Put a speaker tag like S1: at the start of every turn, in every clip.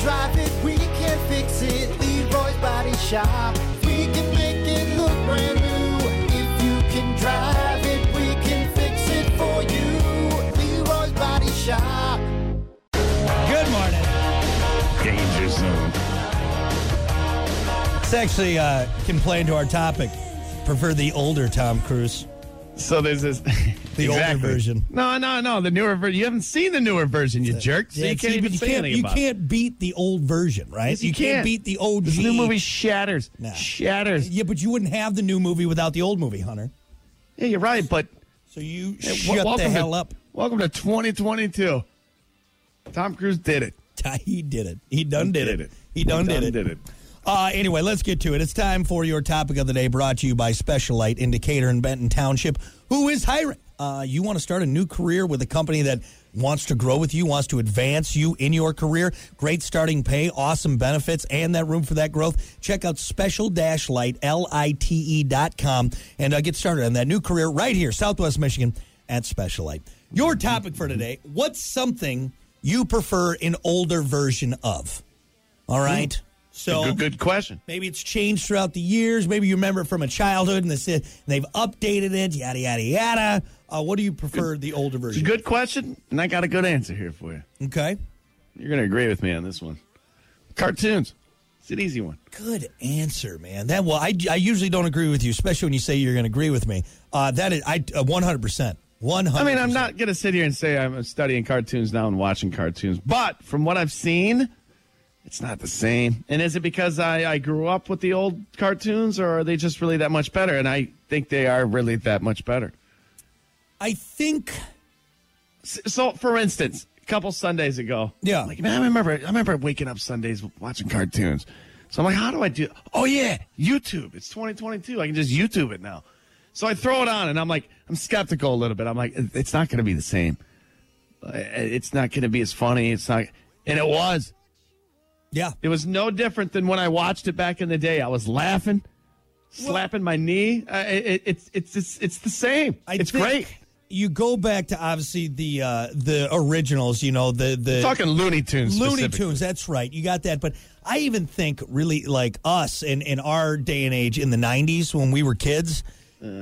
S1: drive it, we can fix it. Leroy's Body Shop. We can make it look brand new. If you can drive it, we can fix it for you. Leroy's Body Shop.
S2: Good morning.
S3: Danger zone.
S2: It's actually uh, can play into our topic. Prefer the older Tom Cruise.
S3: So there's this
S2: The older version.
S3: No, no, no. The newer version. You haven't seen the newer version, you jerk. So
S2: Yeah,
S3: you can't
S2: see,
S3: even
S2: but you
S3: say
S2: can't-
S3: anything
S2: you
S3: about it.
S2: can't beat the old version, right?
S3: Yes, you
S2: can't
S3: can.
S2: beat the old.
S3: This new movie shatters.
S2: Nah.
S3: Shatters.
S2: Yeah, but you wouldn't have the new movie without the old movie, Hunter.
S3: Yeah, you're right, but
S2: So you
S3: hey, w-
S2: shut the hell
S3: to,
S2: up.
S3: Welcome to 2022. Tom Cruise did it.
S2: He did it. He done did,
S3: did
S2: it.
S3: it.
S2: He done,
S3: He
S2: did,
S3: done
S2: it.
S3: did it.
S2: Uh, anyway, let's get to it. It's time for your topic of the day, brought to you by Special Light Indicator in Benton Township, who is hiring. Uh, you want to start a new career with a company that wants to grow with you, wants to advance you in your career. Great starting pay, awesome benefits, and that room for that growth. Check out special dash light, L I T E dot com, and uh, get started on that new career right here, Southwest Michigan at Special Light. Your topic for today what's something you prefer an older version of? All right. So
S3: Good, good question.
S2: Maybe it's changed throughout the years. Maybe you remember it from a childhood and, this, and they've updated it, yada, yada, yada. Uh, what do you prefer, the older
S3: It's
S2: version?
S3: a good question, and I got a good answer here for you.
S2: Okay.
S3: You're going to agree with me on this one. Cartoons. It's an easy one.
S2: Good answer, man. That well, I, I usually don't agree with you, especially when you say you're going to agree with me. Uh, that is, I uh, 100%. 100%.
S3: I mean, I'm not going to sit here and say I'm studying cartoons now and watching cartoons, but from what I've seen, it's not the same. And is it because I, I grew up with the old cartoons, or are they just really that much better? And I think they are really that much better.
S2: I think.
S3: S- So, for instance, a couple Sundays ago,
S2: Yeah.
S3: I'm like man, I remember, I remember waking up Sundays watching cartoons. So I'm like, how do I do? Oh yeah, YouTube. It's 2022. I can just YouTube it now. So I throw it on, and I'm like, I'm skeptical a little bit. I'm like, it- it's not going to be the same. Uh, It's not going to be as funny. It's not, and it was.
S2: Yeah.
S3: It was no different than when I watched it back in the day. I was laughing, slapping my knee. Uh, it, it, it's it's it's it's the same.
S2: I
S3: it's
S2: think
S3: great.
S2: You go back to obviously the uh, the originals, you know, the. the
S3: Talking Looney Tunes.
S2: Looney
S3: specifically.
S2: Tunes, that's right. You got that. But I even think, really, like us in, in our day and age in the 90s when we were kids,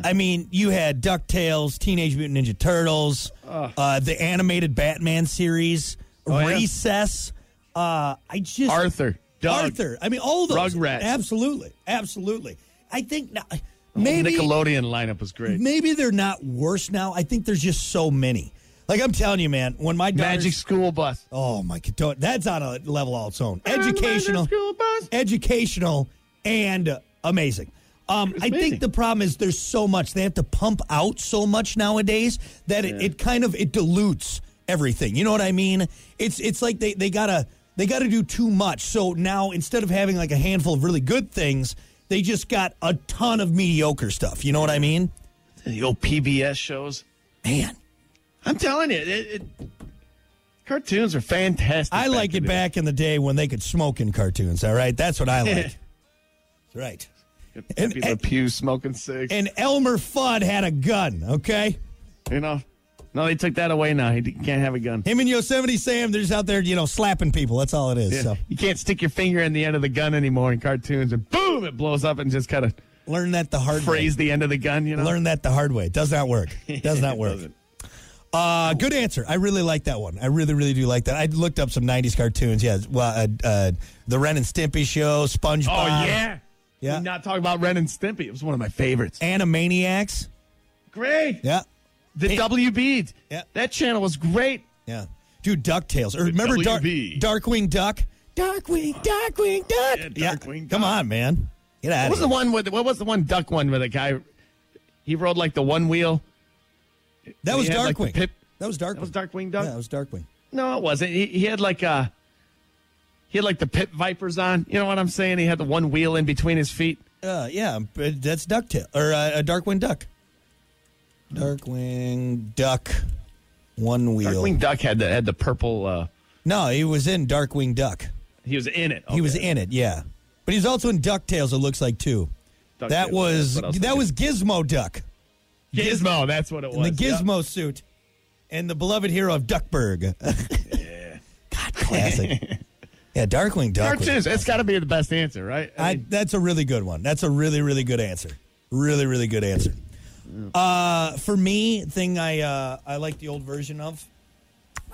S2: I mean, you had DuckTales, Teenage Mutant Ninja Turtles, uh, the animated Batman series,
S3: Oh, yeah.
S2: Recess. Uh, I just.
S3: Arthur, Doug.
S2: Arthur. I mean, all those.
S3: Rugrats. Oh,
S2: Absolutely. Absolutely. I think now, maybe.
S3: Nickelodeon lineup was great.
S2: Maybe they're not worse now. I think there's just so many. Like I'm telling you, man. When my daughter's-
S3: Magic School Bus.
S2: Oh my god, don't- that's on a level all its own. Educational, educational, and uh, amazing. Um, I
S3: amazing.
S2: think the problem is there's so much they have to pump out so much nowadays that it, it kind of it dilutes everything. You know what I mean? It's it's like they they gotta they gotta do too much. So now instead of having like a handful of really good things, they just got a ton of mediocre stuff. You know what I mean?
S3: The old PBS shows.
S2: Man,
S3: I'm telling you, it, it, cartoons are fantastic.
S2: I like
S3: in
S2: it
S3: the-
S2: back in the day when they could smoke in cartoons. All right, that's what I like. That's right. and-
S3: Peter
S2: and-
S3: Pew smoking cigs.
S2: and Elmer Fudd had a gun, okay?
S3: you know, no, they took that away now. He d- can't have a gun.
S2: Him and Yosemite Sam, they're just out there, you know, slapping people. That's all it is.
S3: Yeah.
S2: So
S3: You can't stick your finger in the end of the gun anymore in cartoons, and boom, it blows up and just kind of
S2: learn that the hard
S3: frays the end of the gun. You know,
S2: way. Learn that the hard way. Does not work. Does not
S3: It
S2: work.
S3: doesn't.
S2: Uh, good answer. I really like that one. I really, really do like that. I looked up some '90s cartoons. Yeah, well, uh, uh, the Ren and Stimpy show, SpongeBob.
S3: Oh yeah,
S2: Yeah.
S3: We're not talking about Ren and Stimpy. It was one of my favorites.
S2: Animaniacs.
S3: Great.
S2: Yeah,
S3: The WB.
S2: Yeah.
S3: That channel was great.
S2: yeah. Dude, Ducktales. Or remember Dark
S3: WB.
S2: Darkwing Duck? Darkwing, Darkwing Duck.
S3: Oh, Yeah, Darkwing
S2: Come
S3: Duck.
S2: on, man. Get out
S3: What was the one with what was the one duck one where the guy he rode like the one wheel?
S2: That was
S3: He had, like, the
S2: Darkwing.
S3: pip-
S2: that was Darkwing. That
S3: was Darkwing Duck?
S2: Yeah, that was Darkwing.
S3: No, it wasn't. He, he had like uh he had like the pit vipers on. You know what I'm saying? He had the one wheel in between his feet.
S2: Uh, yeah, but that's Ducktail or uh, a Darkwing Duck. Darkwing Duck, one wheel.
S3: Darkwing Duck had the had the purple uh
S2: No, he was in Darkwing Duck.
S3: he was in it.
S2: He was
S3: Okay.
S2: in it, yeah. But he's also in Ducktales. It looks like too.
S3: DuckTales,
S2: that
S3: that's
S2: was
S3: what I was
S2: that
S3: thinking.
S2: was Gizmo Duck
S3: Gizmo, that's what it
S2: in
S3: was.
S2: the Gizmo suit, and the beloved hero of Duckburg. God, classic. Yeah, Darkwing Duck. was-
S3: Cartoons. It's got to be the best answer, right? I
S2: I,
S3: mean,
S2: that's a really good one. That's a really, really good answer. Really, really good answer. Uh, for me, thing I uh, I like the old version of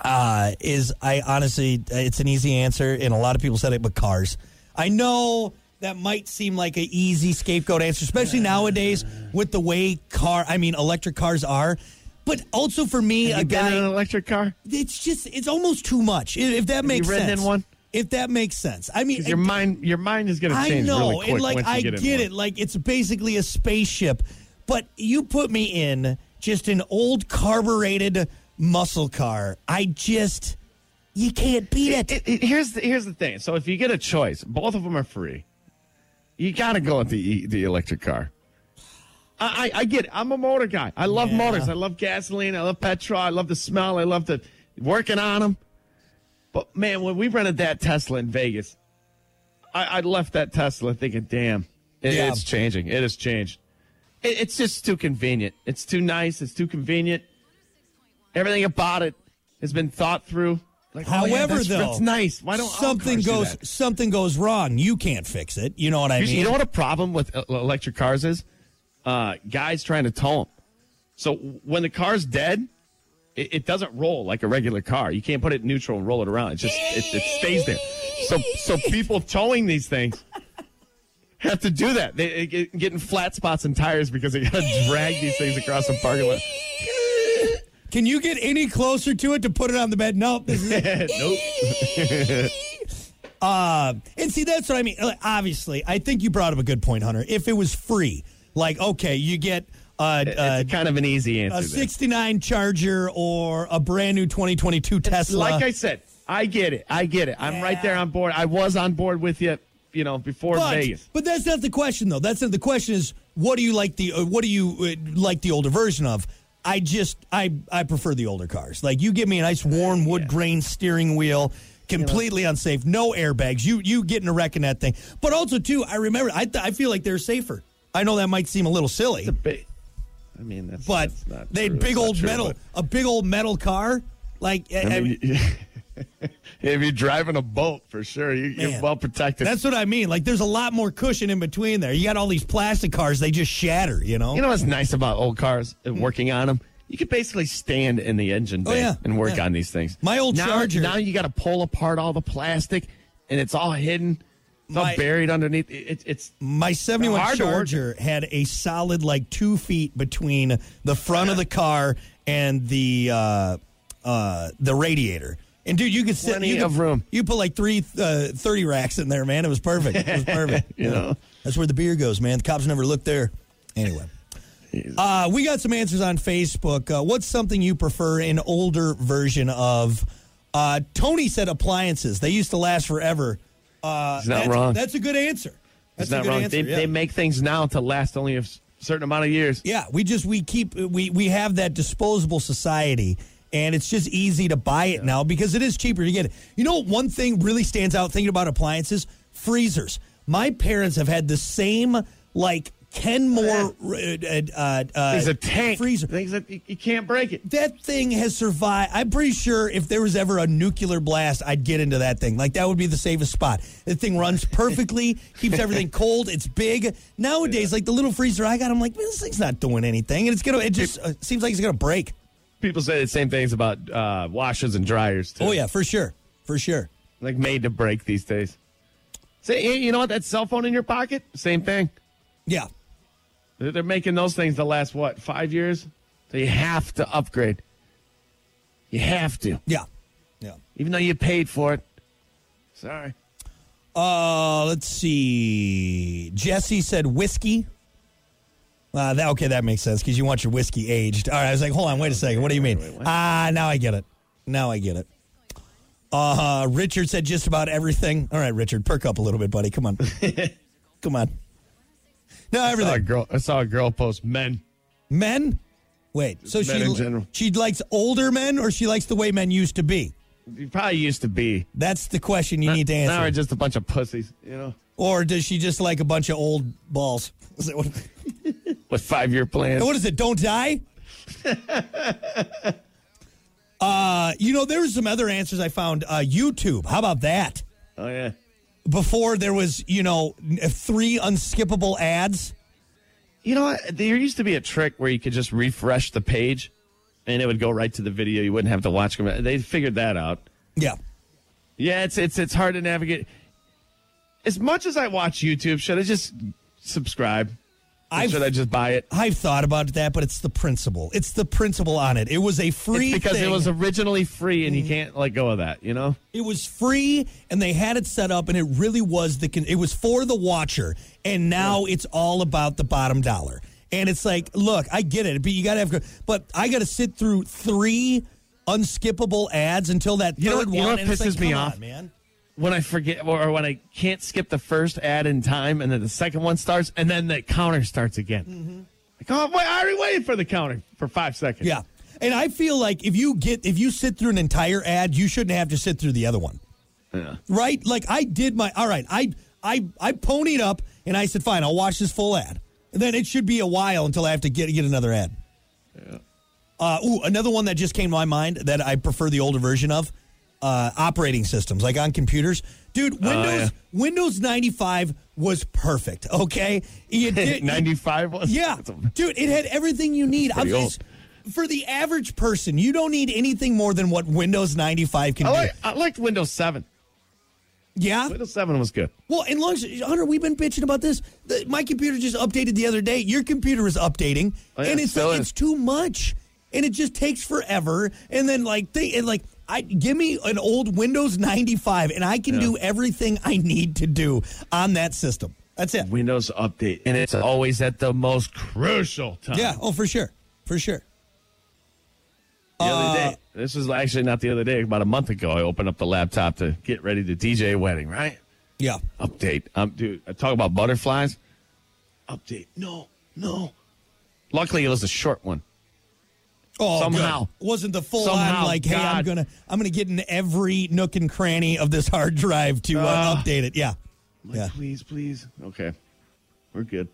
S2: uh, is I honestly it's an easy answer, and a lot of people said it, but cars. I know that might seem like an easy scapegoat answer, especially nowadays with the way car I mean electric cars are. But also for me,
S3: you
S2: a
S3: been uh,
S2: guy
S3: in an electric car?
S2: it's just it's almost too much. If if that makes
S3: ridden in
S2: sense,
S3: one?
S2: if that makes sense, I mean
S3: 'Cause your
S2: it-
S3: mind, your mind is going to
S2: I
S3: change
S2: know,
S3: really quick
S2: and like
S3: once you
S2: I
S3: get,
S2: get,
S3: in one.
S2: it, like it's basically a spaceship. But you put me in just an old carbureted muscle car. I just you can't beat it.
S3: It, it- here's the here's the thing. So if you get a choice, both of them are free. You got to go with the e, the electric car. I, I I get. It. I'm a motor guy. I love
S2: Yeah.
S3: motors. I love gasoline. I love petrol. I love the smell. I love the working on them. But man, when we rented that Tesla in Vegas, I, I left that Tesla thinking, "Damn, it-
S2: Yeah.
S3: it's changing. It has changed. It, it's just too convenient. It's too nice. It's too convenient. Everything about it has been thought through. Like, oh, yeah,
S2: However,
S3: that's-
S2: though,
S3: that's nice. Why don't all
S2: something
S3: cars do
S2: goes
S3: that?
S2: something goes wrong? You can't fix it. You know what I
S3: You,
S2: mean?
S3: you know what a problem with el- electric cars is? Uh, guys trying to tow them. So when the car's dead, it, it doesn't roll like a regular car. You can't put it in neutral and roll it around. It just it, it stays there. So so people towing these things have to do that. They, they get, get in flat spots and tires because they got to drag these things across the parking lot.
S2: Can you get any closer to it to put it on the bed? Nope. This is it.
S3: nope.
S2: Um, and see, that's what I mean. Uh, Obviously, I think you brought up a good point, Hunter. If it was free, like okay, you get uh, uh,
S3: it's kind of an easy answer.
S2: a
S3: there.
S2: 69 Charger or a brand new 2022 Tesla.
S3: Like I said, I get it. I get it. I'm right there on board. I was on board with you, you know, before
S2: but,
S3: Vegas.
S2: but that's not the question, though. That's not the question. Is what do you like the uh, what do you uh, like the older version of? I just I I prefer the older cars. Like you give me a nice warm wood grain steering wheel, completely unsafe, no airbags. You you get in a wreck in that thing. But also too, I remember I th- I feel like they're safer. I know that might seem a little silly,
S3: Ba- I mean, that's,
S2: but
S3: that's not
S2: they
S3: true.
S2: had big
S3: That's not
S2: old
S3: true,
S2: metal
S3: but-
S2: a big old metal car. Like I-
S3: I
S2: I-
S3: mean, if you're driving a boat, for sure, you, you're
S2: Man.
S3: well protected.
S2: That's what I mean. Like, there's a lot more cushion in between there. You got all these plastic cars; they just shatter. You know.
S3: you know what's nice about old cars and working on them? You could basically stand in the engine bay
S2: Oh, yeah.
S3: and work
S2: Yeah.
S3: on these things.
S2: My old
S3: now,
S2: Charger-
S3: Now you got to pull apart all the plastic, and it's all hidden, it's all
S2: My-
S3: buried underneath. It, it, it's
S2: My '71
S3: Hard to work.
S2: Charger had a solid like two feet between the front of the car and the uh, uh, the radiator. And dude, you could sit.
S3: Plenty
S2: you could,
S3: of room.
S2: You put like three uh, 30 racks in there, man. It was perfect. It was perfect.
S3: You know?
S2: That's where the beer goes, man. The cops never look there. Anyway. Uh, we got some answers on Facebook. Uh, what's something you prefer an older version of? Uh, Tony said appliances. They used to last forever. Uh,
S3: He's not
S2: that's,
S3: wrong.
S2: That's a good answer. That's
S3: It's not
S2: a good
S3: wrong.
S2: answer.
S3: they,
S2: yeah.
S3: they make things now to last only a s- certain amount of years.
S2: Yeah, we just we keep we we have that disposable society, and it's just easy to buy it now because it is cheaper to get it. You know, one thing really stands out thinking about appliances: freezers. My parents have had the same like Kenmore uh, uh, uh,
S3: There's a tank.
S2: freezer.
S3: Things that you, you can't break it.
S2: That thing has survived. I'm pretty sure if there was ever a nuclear blast, I'd get into that thing. Like that would be the safest spot. The thing runs perfectly, keeps everything cold. It's big. Nowadays, like the little freezer I got, I'm like, man, this thing's not doing anything, and it's gonna. It just uh, seems like it's gonna break.
S3: People say the same things about uh, washers and dryers too.
S2: Oh yeah, for sure, for sure.
S3: like made to break these days. Say, hey, you know what? That cell phone in your pocket, same thing.
S2: Yeah,
S3: They're they're making those things to last what five years. So you have to upgrade. You have to,
S2: yeah, yeah.
S3: even though you paid for it. Sorry.
S2: Uh, let's see. Jesse said whiskey. Uh, that okay? That makes sense because you want your whiskey aged. All right, I was like, hold on, wait a second. What do you mean? Ah, now I get it. Now I get it. Uh, Richard said just about everything. All right, Richard, perk up a little bit, buddy. Come on, come on. No,
S3: I saw a
S2: everything.
S3: girl. I saw a girl post men.
S2: Men. Wait. So
S3: men
S2: she
S3: in general.
S2: she likes older men, or she likes the way men used to be.
S3: You probably used to be.
S2: That's the question you need to
S3: Now we're
S2: answer.
S3: just a bunch of pussies, you know,
S2: Or does she just like a bunch of old balls? Is that what?
S3: with five year plans.
S2: And what is it? Don't die. uh, you know, there were some other answers I found. Uh, YouTube. How about that?
S3: Oh yeah.
S2: before there was, you know, n- uh, three unskippable ads.
S3: You know what? There used to be a trick where you could just refresh the page, and it would go right to the video. You wouldn't have to watch them. They figured that out.
S2: Yeah.
S3: Yeah, it's it's it's hard to navigate. As much as I watch YouTube, should I just subscribe? Or
S2: I've-
S3: should I just buy it?
S2: I've thought about that, but it's the principle. It's the principle on it. It was a free
S3: It's because
S2: thing. Mm-hmm.
S3: it was originally free, and you can't let go of that. You know.
S2: It was free, and they had it set up, and it really was the. Con- it was for the watcher, and now it's all about the bottom dollar. And it's like, look, I get it, but you got to have. But I got to sit through three unskippable ads until that
S3: You know
S2: third
S3: what-
S2: one.
S3: you know what
S2: and it's like,
S3: pisses me
S2: come
S3: off?
S2: on, man?
S3: when I forget or when I can't skip the first ad in time and then the second one starts and then the counter starts again.
S2: Mm-hmm.
S3: Like, oh, wait, I already waited for the counter for five seconds.
S2: Yeah, and I feel like if you get if you sit through an entire ad, you shouldn't have to sit through the other one.
S3: Yeah.
S2: right? Like I did my all right. I I I ponied up and I said, fine, I'll watch this full ad. And then it should be a while until I have to get get another ad. Uh, ooh, another one that just came to my mind that I prefer the older version of uh, operating systems, like on computers. Dude, Windows
S3: Oh, yeah.
S2: Windows ninety five was perfect. Okay, You did-
S3: 95 was?
S2: yeah,
S3: That's a-
S2: dude, it had everything you need. I'm
S3: pretty
S2: just, for the average person, you don't need anything more than what Windows ninety five can
S3: Oh, I,
S2: do.
S3: like, I liked Windows 7.
S2: yeah,
S3: Windows 7 was good.
S2: Well, and long as Hunter, we've been bitching about this. The, my computer just updated the other day. Your computer is updating,
S3: Oh, yeah,
S2: and it's
S3: still
S2: like,
S3: is.
S2: it's too much, and it just takes forever. And then like they and like I give me an old Windows ninety five, and I can do everything I need to do on that system. That's it.
S3: Windows update. And it's always at the most crucial time.
S2: Yeah. Oh, for sure. For sure.
S3: The other day. This was actually not the other day. About a month ago, I opened up the laptop to get ready to DJ a wedding, right?
S2: Yeah.
S3: Update. Um, dude, I talk about butterflies. Update. No, no. Luckily, it was a short one.
S2: Oh,
S3: Somehow.
S2: good. wasn't the full on
S3: Somehow,
S2: like, hey, I'm
S3: God.
S2: gonna I'm gonna get in every nook and cranny of this hard drive to uh,
S3: Uh.
S2: update it. Yeah.
S3: Like,
S2: Yeah.
S3: please, please. Okay. We're good.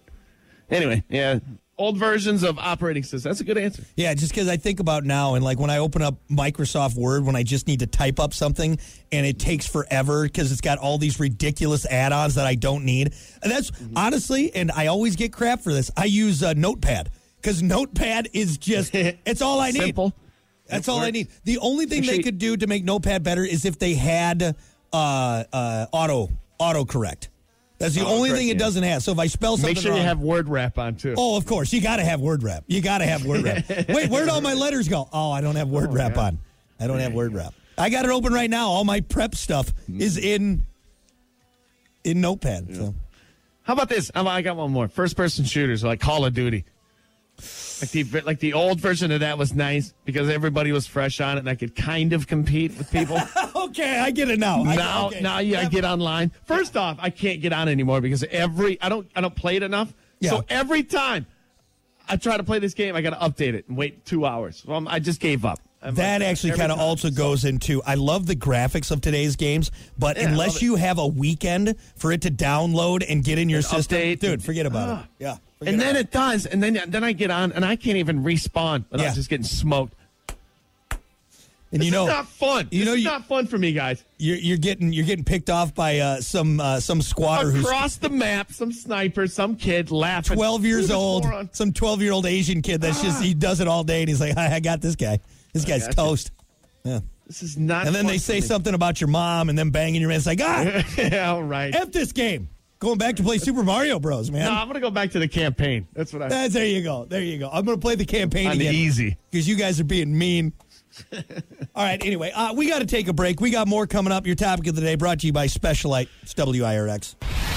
S3: Anyway, yeah.
S2: Hmm.
S3: Old versions of operating systems. That's a good answer.
S2: Yeah, just because I think about now, and like when I open up Microsoft Word, when I just need to type up something, and it takes forever because it's got all these ridiculous add-ons that I don't need. And that's
S3: Mm-hmm.
S2: honestly, and I always get crap for this. I use uh, Notepad because Notepad is just—it's all I need.
S3: Simple.
S2: That's all I
S3: Works.
S2: need. The only thing
S3: Actually-
S2: they could do to make Notepad better is if they had uh, uh, auto autocorrect. That's the only
S3: Autocorrect,
S2: thing it
S3: yeah.
S2: doesn't have. So if I spell something
S3: Make sure
S2: wrong,
S3: you have word wrap on too.
S2: Oh, of course. You got to have word wrap. You got to have word wrap. Wait, where'd all my letters go? Oh, I don't have word wrap on. I don't have word wrap. I got it open right now. All my prep stuff is in in Notepad. So.
S3: How about this? Um, I got one more. First person shooters like Call of Duty. Like the like the old version of that was nice because everybody was fresh on it and I could kind of compete with people.
S2: Okay, I get it now. I-
S3: now
S2: okay.
S3: now yeah, I get online. First off, I can't get on anymore because every I don't I don't play it enough.
S2: Yeah.
S3: So every time I try to play this game, I got to update it and wait two hours. Well, I'm- I just gave up. I'm
S2: That
S3: like,
S2: actually
S3: every
S2: kind of
S3: time.
S2: also goes into. I love the graphics of today's games, but
S3: Yeah, I love
S2: unless
S3: it.
S2: you have a weekend for it to download and get in your system,
S3: update. Ah.
S2: dude, forget about it. Yeah, forget
S3: and then
S2: about
S3: it does, and then then I get on and I can't even respawn without
S2: Yeah.
S3: just getting smoked.
S2: and
S3: This
S2: you know
S3: is not fun.
S2: you
S3: This
S2: know
S3: is
S2: you-
S3: not fun for me, guys.
S2: you're, you're getting you're getting picked off by uh, some uh, some squatter who's
S3: Across the map, some sniper, some kid laughing.
S2: 12 years
S3: Who's this
S2: old,
S3: moron?
S2: some 12 year old Asian kid that's just, he does it all day and he's like, I, I got this guy. This guy's
S3: gotcha.
S2: toast.
S3: This is not.
S2: And then
S3: fun
S2: they
S3: for
S2: say
S3: me.
S2: something about your mom and then banging your man. It's like, ah,
S3: yeah, all right.
S2: F this game. Going back to play Super Mario Bros, man.
S3: No, I'm gonna go back to the campaign. That's what I.
S2: That's- there you go. There you go. I'm going to play the campaign
S3: On the e-
S2: again.
S3: easy.
S2: Because you guys are being mean. all right, anyway, uh, we got to take a break. We got more coming up. Your topic of the day brought to you by Specialite. It's WIRX.